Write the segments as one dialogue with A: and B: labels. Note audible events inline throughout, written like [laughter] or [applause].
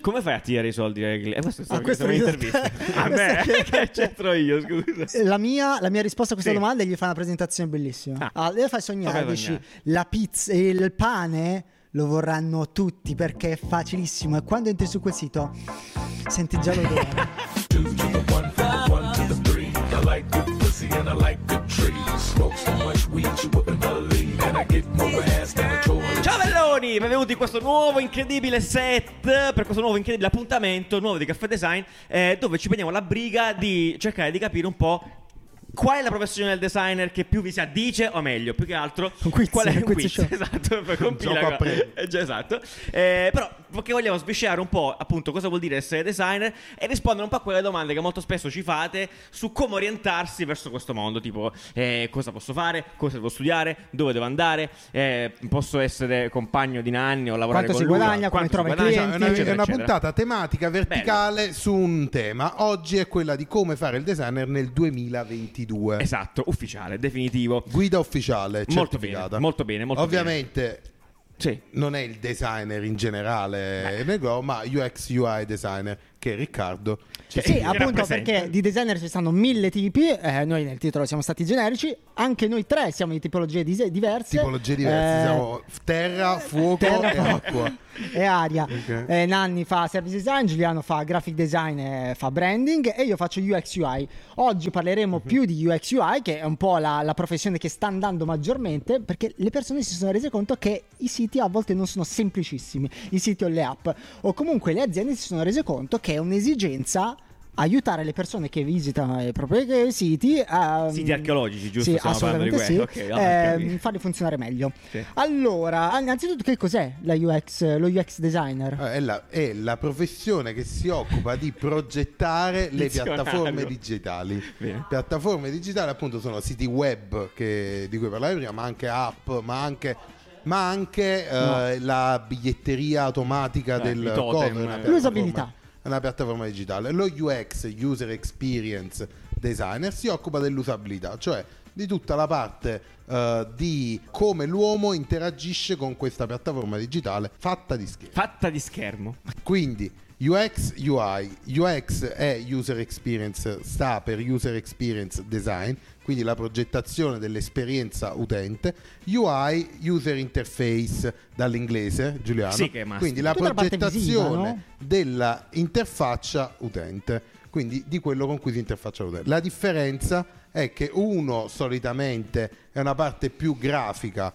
A: Come fai a tirare i soldi ai clienti? Eh, questo
B: Ah,
A: stavo
B: questo
A: questo
B: mi-
A: un'intervista. [laughs] a me?
B: [laughs] Questo-
A: che c'entro io, scusa.
B: Eh, La mia, la mia risposta a questa
A: Sì.
B: domanda è gli fai una presentazione bellissima.
A: Ah.
B: Ah, le fai sognare,
A: Vabbè,
B: dici
A: sognare.
B: la pizza e il pane lo vorranno tutti perché è facilissimo e quando entri su quel sito senti
A: [laughs]
B: già l'odore.
C: Two to the one, from the one to the three. I like good pussy and I like good trees. Smoke so much weed you wouldn't believe. And I get more ass than a toilet.
A: Ciao belloni, benvenuti in questo nuovo incredibile set, per questo nuovo incredibile appuntamento nuovo di Caffè Design, eh, dove ci prendiamo la briga di cercare di capire un po'... Qual è la professione del designer che più vi si addice, o meglio, più che altro,
B: Un quiz,
A: qual è
B: un
A: il
B: quiz diciamo.
A: quiz?
B: show.
A: Esatto, [laughs] per compila-
D: gioco a premi.
A: Eh, già, esatto. Eh, però, perché vogliamo sviscerare un po', appunto, cosa vuol dire essere designer e rispondere un po' a quelle domande che molto spesso ci fate su come orientarsi verso questo mondo, tipo eh, cosa posso fare, cosa devo studiare, dove devo andare, eh, posso essere compagno di Nanni o lavorare
B: Quanto
A: con
B: si
A: lui,
B: guadagna, come
A: quanto si
B: trova i
A: guadagna,
D: Cioè, è una,
A: eccetera,
D: è una
A: eccetera.
D: puntata tematica verticale su un tema. Oggi è quella di come fare il designer nel 2022.
A: Esatto, ufficiale, definitivo.
D: Guida ufficiale,
A: Molto bene,
D: certificata.
A: molto bene, molto
D: Ovviamente
A: Sì.
D: non è il designer in generale, nel globo, ma UX UI designer che è Riccardo. ci
A: Cioè,
B: Sì,
A: che
B: appunto
A: rappresenta.
B: perché di designer ci stanno mille tipi, eh, noi nel titolo siamo stati generici, anche noi tre siamo di tipologie dis- diverse.
D: tipologie diverse,
B: Eh,
D: siamo terra, fuoco
B: terra,
D: e
B: fuoco. [laughs]
D: acqua.
B: e aria.
D: Ok.
B: Eh, Nanni fa service design, Giuliano fa graphic design e fa branding e io faccio UX UI. Oggi parleremo
D: Mhm.
B: più di UX UI che è un po' la, la professione che sta andando maggiormente perché le persone si sono rese conto che i siti a volte non sono semplicissimi, i siti o le app o comunque le aziende si sono rese conto che è un'esigenza aiutare le persone che visitano i propri siti a
A: Siti archeologici, giusto?
B: Sì,
A: Stiamo parlando di
B: assolutamente sì,
A: quello, ok, ah,
B: ehm,
A: capito.
B: farli funzionare meglio.
A: Sì.
B: Allora, ah, innanzitutto che cos'è la UX, lo UX designer?
D: Eh, È la, è la professione che si occupa di progettare le
A: Dizionario.
D: piattaforme digitali.
A: Bene.
D: Piattaforme digitali appunto sono siti web che- di cui parlavi prima, ma anche app, ma anche, ma anche eh, la biglietteria automatica
A: Eh,
D: del
A: i totem,
D: cover, una
A: eh.
D: piattaforma-
B: L'usabilità.
D: È una piattaforma digitale. Lo UX, User Experience Designer, si occupa dell'usabilità, cioè di tutta la parte eh, di come l'uomo interagisce con questa piattaforma digitale fatta di schermo.
A: Fatta di schermo.
D: Quindi UX, UI, UX è User Experience, sta per User Experience Design, quindi la progettazione dell'esperienza utente, UI, User Interface dall'inglese, Giuliano,
A: Sì, che è master.
D: quindi la
B: Tutta la parte
D: progettazione
B: visiva, no?
D: della interfaccia utente, quindi di quello con cui si interfaccia l'utente. La differenza è che uno solitamente è una parte più grafica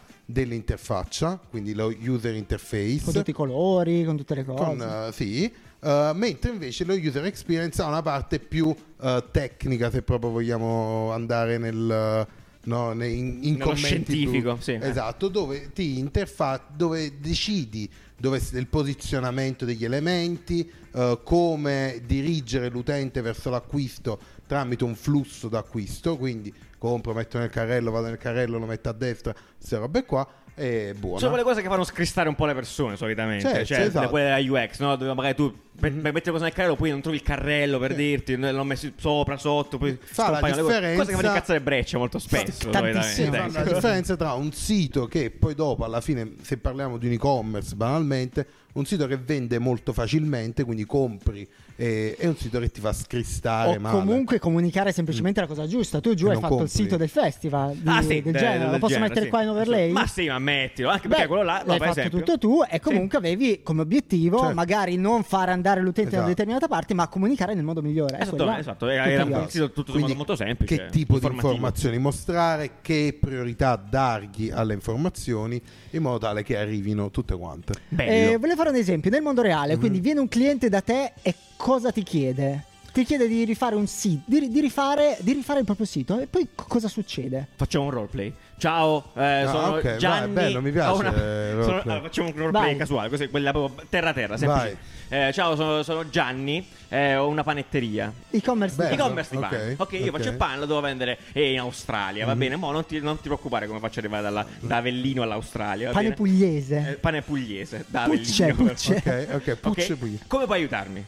D: dell'interfaccia, quindi lo user interface,
B: Con tutti i colori, con tutte le cose.
D: con, eh, sì, eh, mentre invece lo user experience ha una parte più eh, tecnica, se proprio vogliamo andare nel... eh, no, nei- in, in
A: Nello
D: commenti più-
A: scientifico, sì.
D: esatto dove ti interfa dove decidi dove s- il posizionamento degli elementi eh, come dirigere l'utente verso l'acquisto tramite un flusso d'acquisto quindi compro metto nel carrello vado nel carrello lo metto a destra queste robe qua e buona
A: Sono quelle cose che fanno scristare un po' le persone solitamente,
D: Certo,
A: cioè
D: esatto. Mm-hmm.
A: quelle della UX, no? dove magari tu per, per mettere cose nel carrello poi non trovi il carrello per dirti, no, l'ho messo sopra, sotto, poi
D: Fa
A: scompaiono
D: la
A: le cose.
D: differenza-
A: Cose che fanno incazzare breccia molto spesso.
B: Tantissimo.
D: Sì,
A: solitamente,
D: fanno la
A: ecco.
D: differenza tra un sito che poi dopo alla fine se parliamo di un e-commerce banalmente un sito che vende molto facilmente quindi compri e, e un sito che ti fa scristare
B: o
D: male
B: comunque comunicare
A: Mm.
B: semplicemente la cosa giusta. Tu giù
D: E
B: hai
D: non
B: fatto il
D: compri.
B: sito del festival di-
A: Eh, Ah, sì,
B: del
A: de-
B: genere, lo
A: del
B: posso
A: genere,
B: mettere
A: sì.
B: qua in overlay?
A: Ma sì, ma mettilo, anche perché
B: Beh,
A: quello là, no,
B: l'hai
A: per
B: fatto
A: esempio.
B: tutto tu e
A: Sì.
B: comunque avevi come obiettivo
D: Certo.
B: magari non far andare l'utente da
D: Esatto.
B: una determinata parte ma comunicare nel modo migliore. È quello
A: Esatto,
B: là.
A: esatto, era
B: eh, Tutti
A: era
B: gli
A: un
B: altri.
A: sito tutto
D: Quindi
A: sommato molto semplice.
D: che tipo di
A: informativo.
D: informazioni mostrare che priorità dargli alle informazioni in modo tale che arrivino tutte quante
A: Bello.
B: Eh, volevo fare un esempio nel mondo reale,
D: Mhm.
B: quindi viene un cliente da te e cosa ti chiede? Ti chiede di rifare un sito, di, ri- di rifare, di rifare il proprio sito e poi co- cosa succede?
A: Facciamo un roleplay. Ciao, eh, sono
D: Ah, ok, vai,
A: Gianni.
D: bello, mi piace
A: ho una-
D: il roleplay.
A: [laughs] sono- allora, facciamo un roleplay
B: Vai.
A: casuale, così quella proprio terra terra, semplice. Eh, ciao, sono, sono Gianni, eh, ho una panetteria.
B: E-commerce di
D: Bello,
A: E-commerce di pane.
D: ok,
A: Ok, io
D: ok. Mm-hmm.
A: faccio il pane, lo devo vendere eh, in Australia, va bene? Mo non ti, non ti preoccupare come faccio arrivare dalla-
D: Mm.
A: da Avellino all'Australia. va
B: pane
A: bene? Eh,
B: pugliese.
A: pane pugliese, da
B: Pucce,
A: Avellino.
B: pucce.
D: ok ok
A: Ok?
D: pucce pucce.
A: Come puoi aiutarmi?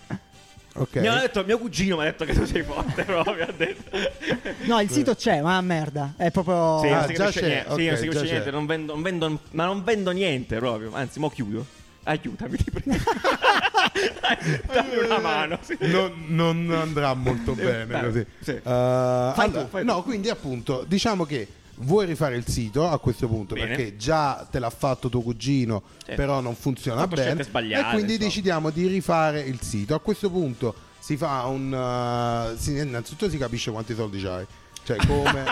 D: ok
A: Mi hanno detto, mio cugino mi ha detto che tu sei forte, [laughs] proprio ha detto.
B: No, il sito c'è, ma merda, è proprio
A: Sì,
D: Ah,
A: non si
D: già
A: capisce
D: c'è,
A: niente, sì, non
D: ok,
A: si
D: già
A: capisce
D: c'è.
A: niente, non vendo, non vendo- ma non vendo niente proprio, anzi, mo chiudo. Aiutami, ti
D: [laughs]
A: prego. Dammi
B: Eh.
A: una mano. sì.
D: non, non andrà molto
A: [laughs]
D: bene
A: Eh,
D: così.
A: sì.
D: Eh,
A: tu, fai tu.
D: no, quindi appunto, diciamo che vuoi rifare il sito a questo punto
A: Bene.
D: perché già te l'ha fatto tuo cugino,
A: Sì.
D: però non funziona
A: Ha fatto
D: bene.
A: scelte sbagliate,
D: e quindi
A: insomma.
D: decidiamo di rifare il sito. A questo punto si fa un eh, si- innanzitutto si capisce quanti soldi c'hai. Cioè,
A: [laughs]
D: come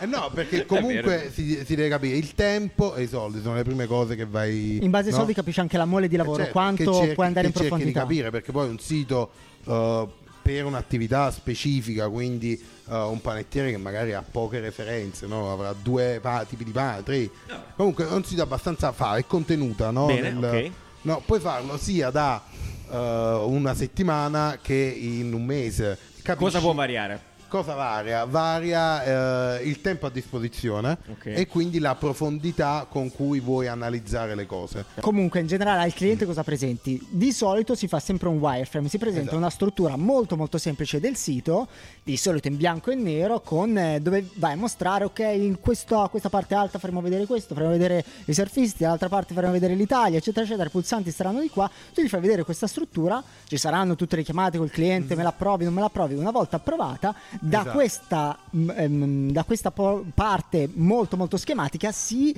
D: Eh no,
A: È
D: perché
A: vero.
D: comunque si, si deve capire il tempo e i soldi sono le prime cose che vai
B: In base ai
D: no?
B: soldi capisci anche la mole di lavoro,
D: Eh, certo, che
B: quanto
D: cerchi-
B: puoi andare in
D: che cerchi
B: profondità.
D: di capire perché poi un sito eh, per un'attività specifica, quindi eh, un panettiere che magari ha poche referenze, no? avrà due pa- tipi di pane, tre. Comunque è un sito abbastanza fa, è contenuta, no?
A: Bene, ok.
D: no, puoi farlo sia da eh, una settimana che in un mese. Capisci?
A: Cosa può variare?
D: Cosa varia? Varia eh, il tempo a disposizione
A: Ok.
D: e quindi la profondità con cui vuoi analizzare le cose.
B: Comunque, in generale, al cliente cosa presenti? Di solito si fa sempre un wireframe, si presenta
D: Esatto.
B: una struttura molto molto semplice del sito, di solito in bianco e nero, con eh, dove vai a mostrare, ok, in questo- questa parte alta faremo vedere questo, faremo vedere i surfisti, dall'altra parte faremo vedere l'Italia, eccetera, eccetera, i pulsanti saranno di qua, tu gli fai vedere questa struttura, ci saranno tutte le chiamate col cliente, me la provi, non me la provi, una volta approvata, da
D: Esatto.
B: questa, mm, ehm, da questa po- parte molto molto schematica si,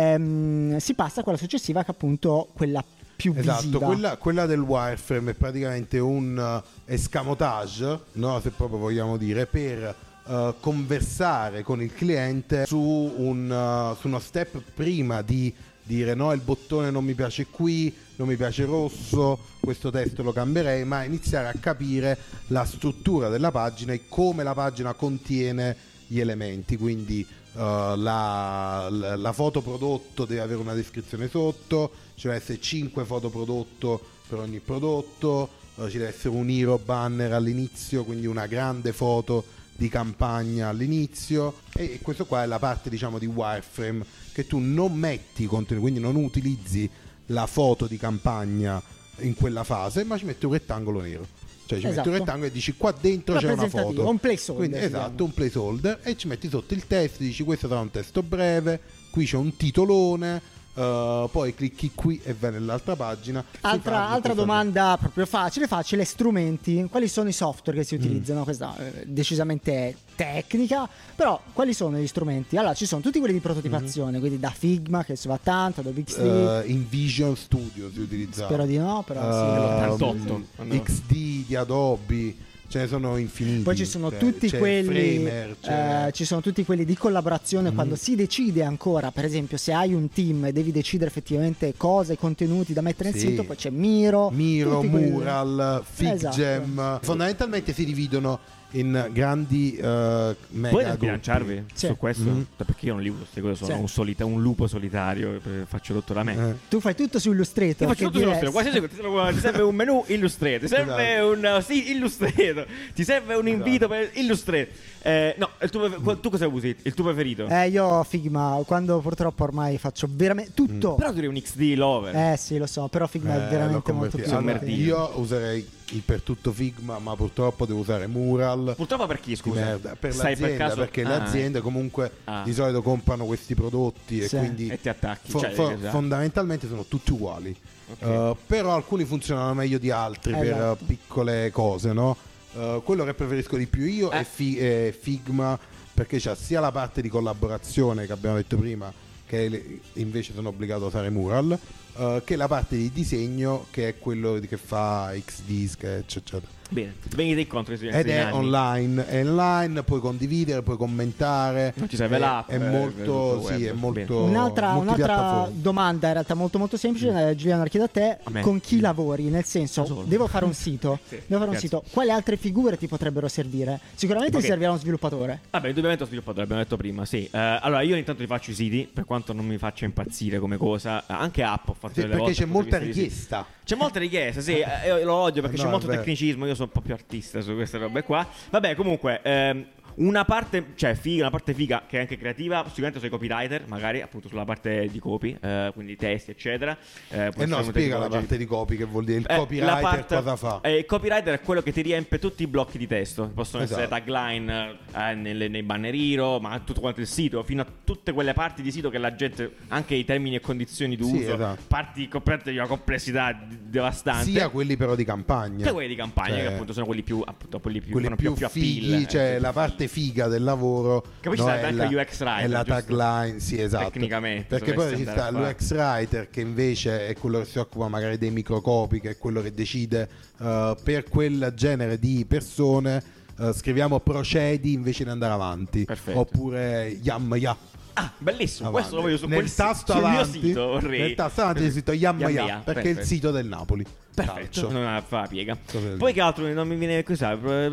B: ehm, si passa a quella successiva che è appunto quella più
D: Esatto,
B: visiva.
D: quella, quella del wireframe è praticamente un eh, escamotage, no, se proprio vogliamo dire, per eh, conversare con il cliente su, un, eh, su uno step prima di dire no, il bottone non mi piace qui, non mi piace rosso, questo testo lo cambierei, ma iniziare a capire la struttura della pagina e come la pagina contiene gli elementi, quindi eh, la, la- la foto prodotto deve avere una descrizione sotto, ci deve essere 5 foto prodotto per ogni prodotto, eh, ci deve essere un hero banner all'inizio, quindi una grande foto di campagna all'inizio e, e questo qua è la parte diciamo di wireframe che tu non metti contenuti, quindi non utilizzi la foto di campagna in quella fase, ma ci metti un rettangolo nero. Cioè ci metti
B: Esatto.
D: un rettangolo e dici qua dentro c'è una
B: Rappresentativo,
D: foto.
B: un placeholder,
D: Quindi,
B: si
D: esatto,
B: chiama.
D: un placeholder e ci metti sotto il testo, dici questo sarà un testo breve, qui c'è un titolone, eh, poi clicchi qui e vai nell'altra pagina. si parla
B: Altra,
D: di
B: altra
D: questo
B: domanda proprio facile, facile, strumenti. Quali sono i software che
D: Mm.
B: si utilizzano? Questa eh, decisamente tecnica, però quali sono gli strumenti? Allora, ci sono tutti quelli di prototipazione, quindi da Figma che si va tanto, Adobe XD,
D: Mm-hmm. Eh, Invision Studio si utilizza.
B: spero di no, però sì.
A: nell' 88.
D: ehm, XD di Adobe, ce ne sono infiniti.
B: Poi ci sono
D: Cioè,
B: tutti
D: c'è
B: quelli
D: Framer, c'è-
B: eh, ci sono tutti quelli di
D: Mm.
B: collaborazione quando si decide ancora, per esempio, se hai un team e devi decidere effettivamente cosa e contenuti da mettere nel
D: Sì.
B: sito, poi c'è Miro,
D: Miro,
B: tutti quelli- Esatto.
D: Mural, Figgem. Fondamentalmente si dividono in grandi eh, mega
A: Puoi
D: gruppi.
A: sbilanciarvi
B: Sì.
A: su questo?
D: Mhm.
A: Cioè, Perché io non li uso, queste cose sono
B: Sì.
A: un, solita- un lupo solitario, eh, faccio tutto da me.
D: Eh.
B: Tu fai tutto su Illustrator,
A: Io
B: che
A: faccio tutto
B: direi-
A: illustrato, qualsiasi cosa, ti serve- ti serve un menu illustrato, ti serve
D: Esatto.
A: un uh, sì illustrato, ti serve un invito per illustrato. Eh, no, il tuo, qual- tu cosa usi? Il tuo preferito?
B: Eh, io Figma, quando purtroppo ormai faccio veramente tutto.
A: Però tu eri un XD lover.
B: Eh sì, lo so, però Figma
D: Mm. Eh,
B: è
D: l'ho
B: veramente molto
D: convertito.
B: più
D: Allora,
A: Sommertino.
D: io userei il per tutto Figma, ma purtroppo devo usare Mural.
A: Purtroppo per chi,
D: Di
A: scusa?
D: merda. Per
A: Sai
D: l'azienda,
A: per caso?
D: perché le
A: Ah,
D: aziende comunque
A: Ah.
D: di solito comprano questi prodotti e
B: Sì.
D: quindi
A: E ti attacchi, cioè, esatto.
D: fondamentalmente sono tutti uguali.
A: Ok.
D: Eh, però alcuni funzionano meglio di altri per
B: Esatto.
D: eh, piccole cose, no? Eh, quello che preferisco di più io
A: Eh.
D: è, Fi- è Figma perché c'ha sia la parte di collaborazione che abbiamo detto prima che le- invece sono obbligato a usare Mural eh, che la parte di disegno che è quello di- che fa XD, Sketch eccetera
A: eh. Bene, venite incontro ai
D: ed
A: silenzi
D: è
A: anni.
D: online, è online, puoi condividere, puoi commentare.
A: Non ci serve
D: È-
A: l'app,
D: È
A: eh,
D: molto,
A: per tutto il
D: sì,
A: web.
D: è molto.
B: Un'altra, un'altra
D: multipiattaforma.
B: domanda in realtà molto molto semplice,
D: Mm.
B: eh, Giuliano la chiedo a te,
A: A me.
B: con chi lavori?
A: Da
B: Nel
A: solo.
B: senso, devo fare un sito,
A: [laughs] Sì,
B: devo fare un
A: grazie.
B: sito, quali altre figure ti potrebbero servire? Sicuramente
A: Ok.
B: ti servirà uno sviluppatore.
A: Vabbè, indubbiamente ho sviluppato, l'abbiamo detto prima, sì. Eh, allora, io intanto li faccio i siti, per quanto non mi faccia impazzire come cosa. Anche app ho fatto
D: Sì,
A: delle
D: perché
A: volte,
D: c'è
A: ho fatto
D: molta
A: dei siti.
D: richiesta.
A: C'è molta richiesta, sì, eh, io lo odio perché
D: No,
A: c'è
D: è
A: molto
D: vero.
A: tecnicismo, io sono un po' più artista su queste robe qua. Vabbè, comunque, ehm, Una parte, cioè, figa, una parte figa che è anche creativa, sicuramente sui copywriter, magari appunto sulla parte di copy, eh, quindi testi, eccetera. Eh, può
D: E
A: essere
D: no,
A: una
D: spiega la
A: tecnologia-
D: parte di copy che vuol dire il
A: eh, la
D: copywriter
A: parte-
D: cosa fa.
A: eh, il copywriter è quello che ti riempie tutti i blocchi di testo. che Possono essere
D: Esatto.
A: tagline eh, nelle- nei bannerino, ma tutto quanto il sito, fino a tutte quelle parti di sito che la gente, anche i termini e condizioni d'uso,
D: Sì, esatto.
A: parti coprette di una complessità d- devastante.
D: Sia quelli però di campagna.
A: Sia quelli di campagna,
D: Cioè,
A: che appunto sono quelli più, appunto, quelli più,
D: quelli
A: fanno
D: più,
A: più
D: fighi,
A: appeal, eh,
D: cioè
A: sì.
D: la parte figa del lavoro.
A: Che poi ci
D: no,
A: sarebbe
D: è
A: anche
D: la-
A: l'UX writer,
D: È la
A: giusto?
D: tagline, sì, esatto.
A: Tecnicamente,
D: Perché poi
A: dovresti
D: ci sta
A: andare a
D: l'UX writer che invece è quello che si occupa magari dei microcopi, che è quello che decide eh, per quel genere di persone eh, scriviamo procedi invece di andare avanti.
A: Perfetto.
D: Oppure yam ya.
A: Ah, bellissimo,
D: avanti.
A: questo lo voglio su
D: nel
A: quel si-
D: tasto
A: sul
D: avanti,
A: mio sito, vorrei.
D: Nel tasto avanti del sito yam
A: Yam
D: ya,
A: ya,
D: perché è il
A: perfetto.
D: sito del Napoli.
A: Perfetto,
D: Calcio.
A: non ha- fa la piega.
D: Cosa del
A: Poi che altro non mi viene così,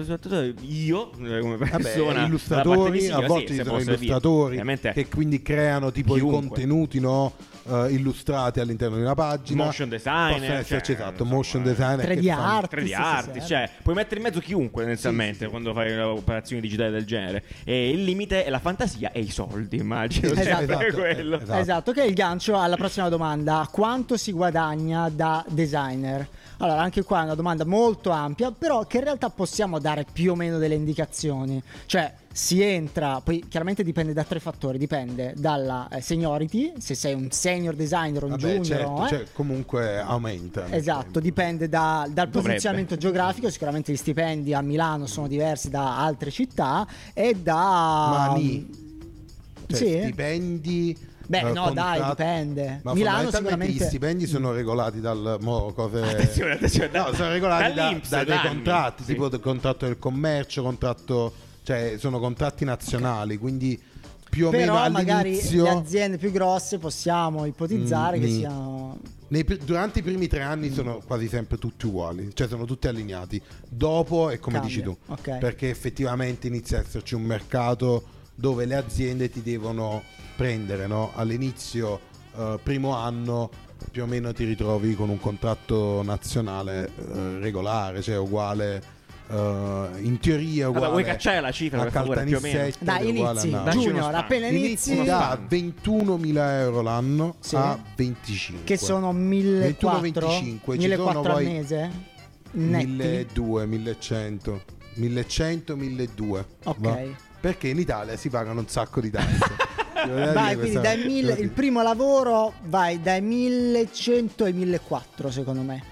A: soprattutto io eh, come persona, dalla parte
D: illustratori,
A: di sinistra,
D: a volte
A: sì,
D: ci
A: se
D: sono
A: posso dire,
D: illustratori
A: Ovviamente
D: che quindi creano tipo
A: Chiunque.
D: i contenuti no, eh, illustrati all'interno di una pagina.
A: Motion designer,
D: Possono esserci,
A: cioè,
D: esatto,
A: insomma,
D: motion designer.
B: 3D
D: che fanno-
B: art.
A: 3D
B: sì,
A: arti,
B: sì,
A: cioè puoi mettere in mezzo chiunque tendenzialmente quando fai operazioni digitali del genere. E il limite è la fantasia e i soldi, immagino.
D: Sì,
A: cioè, [laughs]
D: esatto,
A: è quello.
D: esatto.
B: Esatto. che è il gancio alla prossima domanda. Quanto si guadagna da designer? Allora, anche qua è una domanda molto ampia, però che in realtà possiamo dare più o meno delle indicazioni. Cioè, si entra, poi chiaramente dipende da tre fattori, dipende dalla eh, seniority, se sei un senior designer o un
D: Vabbè,
B: junior,
D: certo,
B: eh.
D: cioè, comunque aumenta.
B: Esatto, dipende da- dal
A: Dovrebbe.
B: posizionamento geografico, sicuramente gli stipendi a Milano sono diversi da altre città e da... mm,
D: Ma lì cioè,
B: Sì.
D: stipendi
B: Beh,
D: eh,
B: no, dai,
D: contratti-
B: dipende.
D: Ma
B: Milano
D: fondamentalmente
B: sicuramente-
D: gli stipendi sono regolati dal
B: [laughs]
D: mo, cose-
A: Attenzione, attenzione, Cioè, da-
D: no, sono regolati da,
A: dall'Inps,
D: da dei
A: dall'anni.
D: contratti,
A: Sì.
D: tipo del contratto del commercio, contratto, cioè sono contratti nazionali, quindi più o
B: Però
D: meno
B: magari
D: all'inizio
B: le aziende più grosse possiamo ipotizzare
D: Mm,
B: che
D: mi-
B: siano...
D: nei pr- durante i primi tre anni sono
B: Mm.
D: quasi sempre tutti uguali, cioè sono tutti allineati. Dopo è come
B: Cambia,
D: dici tu,
B: ok.
D: perché effettivamente inizia ad esserci un mercato dove le aziende ti devono prendere, no? All'inizio, eh, primo anno, più o meno ti ritrovi con un contratto nazionale eh, regolare, cioè uguale. eh, in teoria è uguale
A: Vabbè, vuoi cacciare la cifra,
D: a
A: per favore, più o meno?
D: Caltanissette
B: Dai,
D: ed è uguale a
B: inizi,
D: Napoli.
A: Dacci uno
B: junior,
A: span.
B: appena inizi,
D: Inizi da 21.000 euro l'anno
B: Sì.
D: a 25.
B: che sono
D: 21,
B: 1400
D: 25, ci
B: 1400
D: sono
B: al
D: poi
B: mese, netti.
D: 1200, 1100, 1100, 1200.
B: Ok.
D: Perché in Italia si pagano un sacco di
B: [laughs]
D: tasse.
B: Vai, quindi dai mille- il primo lavoro vai dai 1100 ai 1400 secondo me.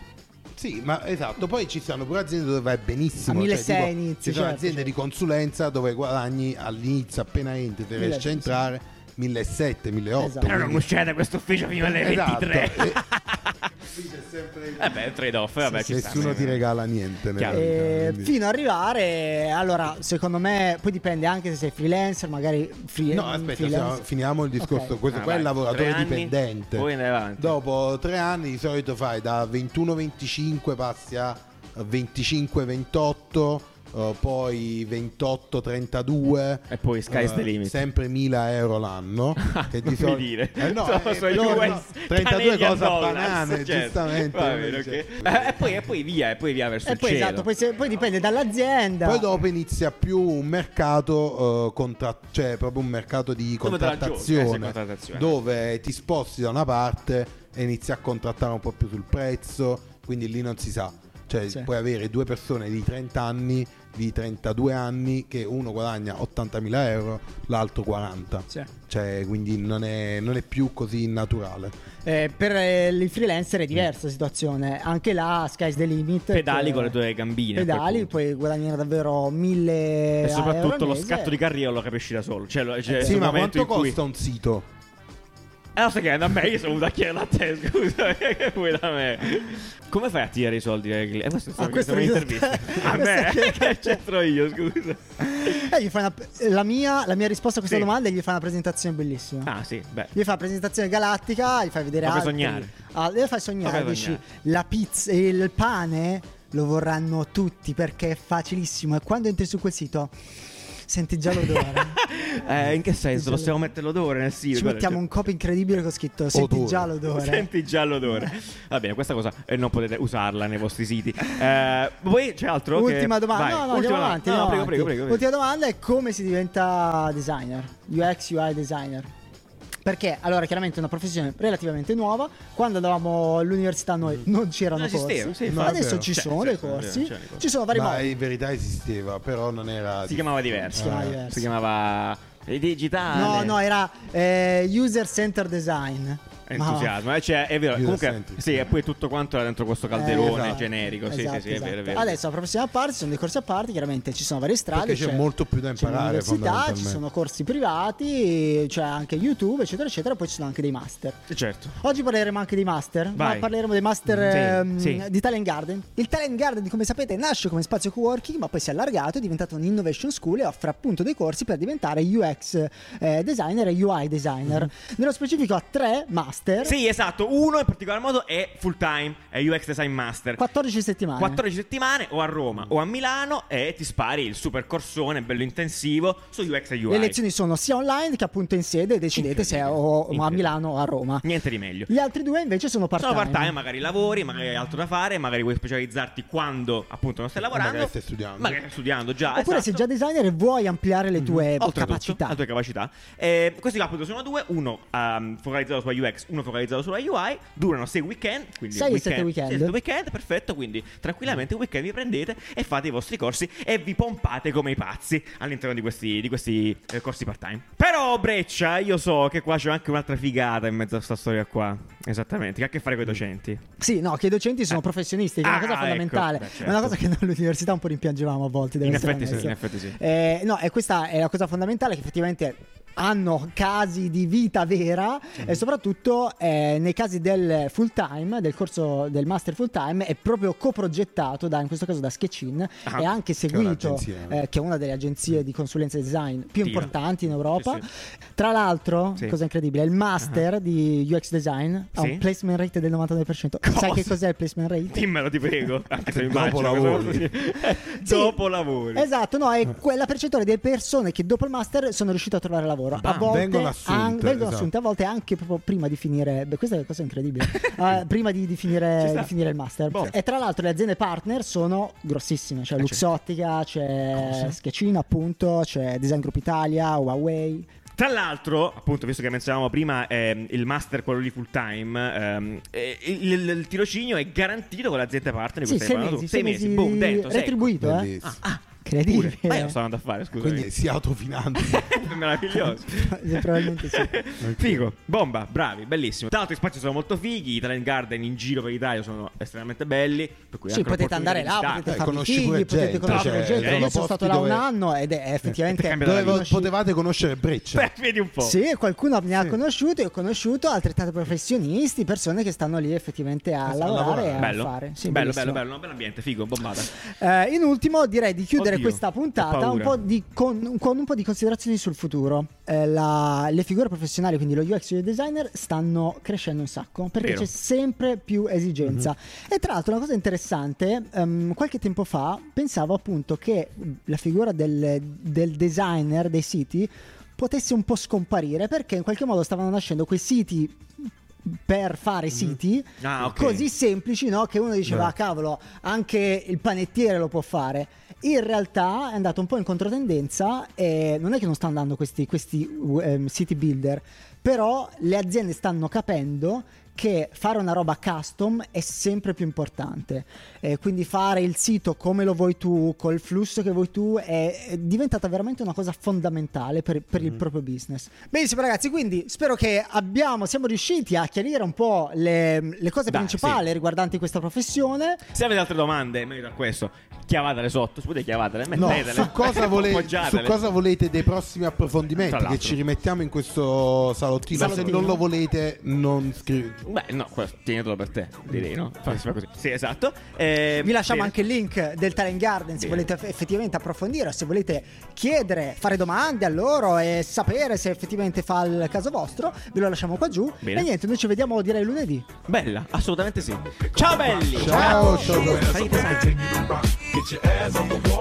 D: Sì, ma esatto, poi ci sono pure aziende dove vai benissimo.
B: A
D: cioè,
B: 1600
D: tipo,
B: inizi,
D: Ci sono
B: certo,
D: aziende
B: certo.
D: di consulenza dove guadagni all'inizio appena entri, te riesci
B: 1700,
D: a
B: sì.
D: entrare 1700, 1800.
B: Esatto.
A: Però non
D: quindi-
A: uscire da questo ufficio prima delle 23.
B: [laughs]
D: Esatto. Qui c'è sempre il-
A: Eh beh, è un trade-off, vabbè, ci sta.
D: Nessuno ti regala niente. nella
A: Chiaro.
D: vita,
B: Eh,
D: quindi-
B: fino ad arrivare, allora, secondo me, poi dipende anche se sei freelancer, magari free-
D: No, aspetta,
B: freelance.
D: se- finiamo il discorso.
B: Ok.
D: Questo
A: Ah,
D: qua è il
A: vai.
D: lavoratore
A: Tre anni,
D: dipendente.
A: poi andiamo avanti.
D: Dopo tre anni di solito fai da 21-25 passi a 25-28. eh, poi 28-32
A: E poi sky's the
D: eh,
A: limit.
D: sempre 1000 euro
A: [laughs]
D: l'anno che
A: Ah, Non mi
D: solito-
A: dire.
D: Eh, no,
A: Sono-
D: eh,
A: sono
D: no,
A: US
D: no, 32
A: Canadian
D: cosa
A: dollars,
D: banane
A: certo.
D: giustamente
A: Va bene, ok.
D: Cioè,
A: Eh, e, poi, e poi via, e poi via verso
B: E
A: il
B: poi
A: cielo.
B: esatto, poi, se- poi dipende dall'azienda.
D: Poi dopo inizia più un mercato, eh, contra- cioè proprio un mercato di
A: Dove te la giochi,
D: contrattazione,
A: eh, sì, contrattazione.
D: dove ti sposti da una parte e inizi a contrattare un po' più sul prezzo, quindi lì non si sa. Cioè,
B: Sì.
D: puoi avere due persone di 30 anni, di 32 anni, che uno guadagna 80.000 euro, l'altro 40.
B: Sì.
D: Cioè, quindi non è, non è più così naturale.
B: Eh, per eh, il freelancer è diversa la situazione. Anche là, sky's the limit.
A: Pedali
B: che-
A: con le tue gambine, a quel
B: Pedali,
A: punto.
B: puoi guadagnare davvero mille.
A: E soprattutto
B: euro
A: lo
B: al mese.
A: scatto di carriera lo capisci da solo. Cioè,
B: Eh,
A: lo- cioè
D: sì,
A: sul
D: ma
A: momento
D: quanto
A: in cui...
D: costa un sito?
A: Eh, lo stai chiedendo a me, io sono venuto a chiedere a te, [laughs] scusa, che vuoi da me? Come fai a tirare i soldi? E questo è
B: Ah, questo
A: stato un'intervista.
B: mi- [laughs]
A: A me, [laughs]
B: questo-
A: che c'entro io, scusa.
B: Eh, gli fai una- la, mia, la mia risposta a questa
A: Sì.
B: domanda è gli fa una presentazione bellissima.
A: Ah, sì, beh.
B: Gli fa una presentazione galattica, gli fai vedere
A: Lo fai
B: altri.
A: sognare.
B: Ah, lo fai
A: Lo
B: sognare.
A: fai
B: dici,
A: sognare.
B: la pizza, il pane lo vorranno
A: [laughs]
B: tutti perché è facilissimo. E quando entri su quel sito, senti già l'odore.
A: Eh, in che senso? Possiamo mettere l'odore nel cioè, sito?
B: Ci mettiamo un copy incredibile che ho scritto Senti
D: Odore.
B: già l'odore
A: Senti già l'odore. Va bene, questa cosa eh, non potete usarla nei vostri siti. Eh, poi c'è altro? che-
B: Ultima domanda,
A: Vai,
B: no, no,
A: ultima
B: andiamo
A: domanda.
B: avanti.
A: No, no,
B: andiamo
A: prego, prego,
B: avanti.
A: prego. prego.
B: Ultima domanda è come si diventa designer, UX, UI designer. Perché allora chiaramente è una professione relativamente nuova, quando andavamo all'università noi non c'erano
A: Mm. Non esisteva,
B: corsi,
A: sì,
D: No, è
B: adesso
D: vero.
B: ci
A: Cioè,
B: sono
A: cioè,
B: dei corsi,
A: c'erano i corsi.
B: ci sono vari
D: Ma
B: modi.
D: in verità esisteva, però non era.
A: Si chiamava diverso.
B: Si chiamava
A: Eh,
B: diverso.
A: Si chiamava eh, digitale.
B: No, no, era eh, user center design. Ma-
A: Entusiasmo, eh, cioè, è vero.
D: User
A: Comunque,
D: centric.
A: sì, e poi tutto quanto era dentro questo calderone
B: Eh, esatto.
A: generico. Sì,
B: Esatto,
A: sì, sì, è vero, è
B: esatto.
A: vero.
B: Adesso la professione a parte, ci sono dei corsi a parte, chiaramente ci sono varie strade. cioè
D: Perché c'è molto più da
B: c'è
D: imparare,
B: l'università, ci
D: fondamentalmente.
B: sono corsi privati, c'è anche YouTube, eccetera, eccetera. Poi ci sono anche dei master.
A: Certo.
B: Oggi parleremo anche dei master,
A: Vai.
B: ma parleremo dei master
A: Sì,
B: ehm,
A: sì.
B: di Talent Garden. Il Talent Garden, come sapete, nasce come spazio co-working, ma poi si è allargato, è diventato un innovation school e offre appunto dei corsi per diventare UX eh, designer e UI designer. Nello specifico ha tre master,
A: Mm-hmm. Sì, esatto. Uno in particolar modo è full time, è UX Design Master.
B: 14 settimane.
A: 14 settimane o a Roma o a Milano e ti spari il super corsone bello intensivo su UX e UI.
B: Le lezioni sono sia online che appunto in sede, decidete se
A: Incredibile,
B: o- o a
A: incredibile.
B: Milano o a Roma.
A: Niente di meglio.
B: Gli altri due invece sono part-time.
A: Sono part time, magari lavori, magari hai altro da fare, magari vuoi specializzarti quando appunto non stai lavorando.
D: Eh, magari stai studiando.
A: Magari stai studiando già.
B: Oppure
A: esatto. Mm-hmm.
B: sei già designer e vuoi ampliare le tue
A: Oltretutto,
B: Eh, capacità.
A: La tua capacità. Eh, questi qua appunto sono due: uno ehm, focalizzato sulla UX, uno focalizzato sulla UI. Durano 6 weekend. Quindi
B: Sei e sette weekend.
A: sei e sette weekend, perfetto. Quindi tranquillamente un weekend vi prendete e fate i vostri corsi e vi pompate come i pazzi all'interno di questi, di questi eh, corsi part time. Però, Breccia, io so che qua c'è anche un'altra figata in mezzo a questa storia qua. Esattamente, che ha a che fare
B: Mm.
A: con i docenti.
B: Sì, no, che i docenti sono professionisti, che è
A: Ah,
B: una cosa
A: ecco.
B: fondamentale.
A: Beh, certo.
B: È una cosa che [laughs] noi all'università un po' rimpiangevamo a volte. devo
A: In
B: essere
A: effetti sì,
B: onesto.
A: in effetti sì.
B: Eh, no, e questa è la cosa fondamentale che effettivamente hanno casi di vita vera e soprattutto eh, nei casi del full time, del corso del master full time, è proprio coprogettato da, in questo caso da Sketchin
A: Ah,
B: e anche seguito,
D: un'agenzia.
B: eh, che è una delle agenzie di consulenza e design più
A: Dio.
B: importanti in Europa.
A: Sì,
B: Tra l'altro,
A: Sì. Ah.
B: cosa incredibile, il master di UX design ha
A: Sì.
B: un placement rate del 99%.
A: Cosa?
B: Sai che cos'è Eh, il placement rate?
A: Dimmelo, ti
B: [laughs]
A: prego. Anche se
D: Dopo
A: immagino cosa-
D: lavori.
A: [laughs]
B: Sì.
A: Dopo lavori.
B: Esatto, no, è quella percentuale delle persone che dopo il master sono riuscite a trovare lavoro.
A: Bam.
B: a volte
D: Vengono assunte,
B: an- vengono
D: esatto.
B: assunte, a volte anche proprio prima di finire. Beh, questa è una cosa
A: [laughs]
B: incredibile. Eh, prima di, di finire,
A: Ci sta.
B: di finire il master.
A: Boh.
B: E tra l'altro le aziende partner sono grossissime: c'è
A: Eh,
B: Luxottica, c'è Sketchino, appunto, c'è Design Group Italia, Huawei.
A: Tra l'altro, appunto, visto che menzionavamo prima ehm, il master, quello lì full time, ehm, eh, il, il- il tirocinio è garantito con l'azienda partner. di
B: Sì,
A: cui
B: sei
A: stai parlando tu.
B: mesi, sei mesi,
A: mesi, boom, dentro, sei- ecco.
B: retribuito, eh?
D: Bellissimo.
A: Pure.
B: Credibile.
A: Ma io lo stavo andando a fare, scusa. [laughs]
D: Quindi si autofinanzia.
A: meraviglioso.
B: Probabilmente [laughs] sì.
A: [laughs] Figo, bomba, bravi, bellissimo. Tra l'altro, i spazi sono molto fighi. I talent garden in giro per l'Italia sono estremamente belli. Per cui è
B: Sì,
A: anche
B: potete
A: un'opportunità
B: andare là,
A: di visitare.
B: potete
D: Eh,
B: farvi
D: conosci
B: figli,
D: pure
B: potete
D: gente,
A: cioè,
B: conoscere gente. Io
D: sono
B: sono stato
D: posti
B: là un
D: dove-
B: anno ed è effettivamente
A: Eh, Cambia la
D: Dove vo-
B: conosci-
D: potevate conoscere Breccia.
A: Beh, [laughs] vedi un po'.
B: Sì, qualcuno ne ha conosciuto, io ho conosciuto altrettanto professionisti, persone che stanno lì effettivamente a
A: Ah,
D: stanno
B: lavorare e a
D: lavorando.
A: Bello.
B: fare. Sì,
A: bello, bello,
B: bellissimo.
A: bello, un bel ambiente, figo, bombata.
B: Eh, in ultimo direi di chiudere
A: Oddio,
B: questa
A: ho
B: puntata
A: paura.
B: un po' di- con, con un po' di considerazioni sul futuro. Eh, la- le figure professionali, quindi lo UX e il designer, stanno crescendo un sacco perché
A: Vero. Mhm.
B: c'è sempre più esigenza. E tra l'altro una cosa interessante, ehm, qualche tempo fa pensavo appunto che la figura del, del designer dei siti potesse un po' scomparire perché in qualche modo stavano nascendo quei siti per fare siti
A: Ah, ok.
B: così semplici no? che uno diceva
D: Beh.
B: "Ah, cavolo anche il panettiere lo può fare in realtà è andato un po' in controtendenza e non è che non stanno andando questi, questi ehm, city builder però le aziende stanno capendo che fare una roba custom è sempre più importante Eh, quindi fare il sito come lo vuoi tu col flusso che vuoi tu è, è diventata veramente una cosa fondamentale per, per il proprio business benissimo ragazzi quindi spero che abbiamo siamo riusciti a chiarire un po' le, le cose
A: Dai,
B: principali riguardanti questa professione
A: Se avete altre domande in merito a questo, chiavatele sotto, se potete chiavatele,
D: No,
A: mettetele.
D: su cosa, vole- su
A: appoggiatele.
D: cosa volete dei prossimi
A: Tra
D: approfondimenti? Che
A: l'altro.
D: ci rimettiamo in questo salottino. Se
B: Salottino.
D: non lo volete, non scrivete.
A: Beh, no, questo- tienitelo per te, direi, no? Fa- si fa così. Sì, esatto. Eh,
B: Vi lasciamo
A: bene.
B: anche il link del Talent Garden se
A: Bene.
B: volete eff- effettivamente approfondire o se volete chiedere, fare domande a loro e sapere se effettivamente fa il caso vostro. Ve lo lasciamo qua giù.
A: Bene.
B: E niente, noi ci vediamo direi lunedì.
A: Bella, assolutamente sì. Ciao belli!
D: Ciao, ciao.
A: Fai i design.
C: Get your ass on the wall.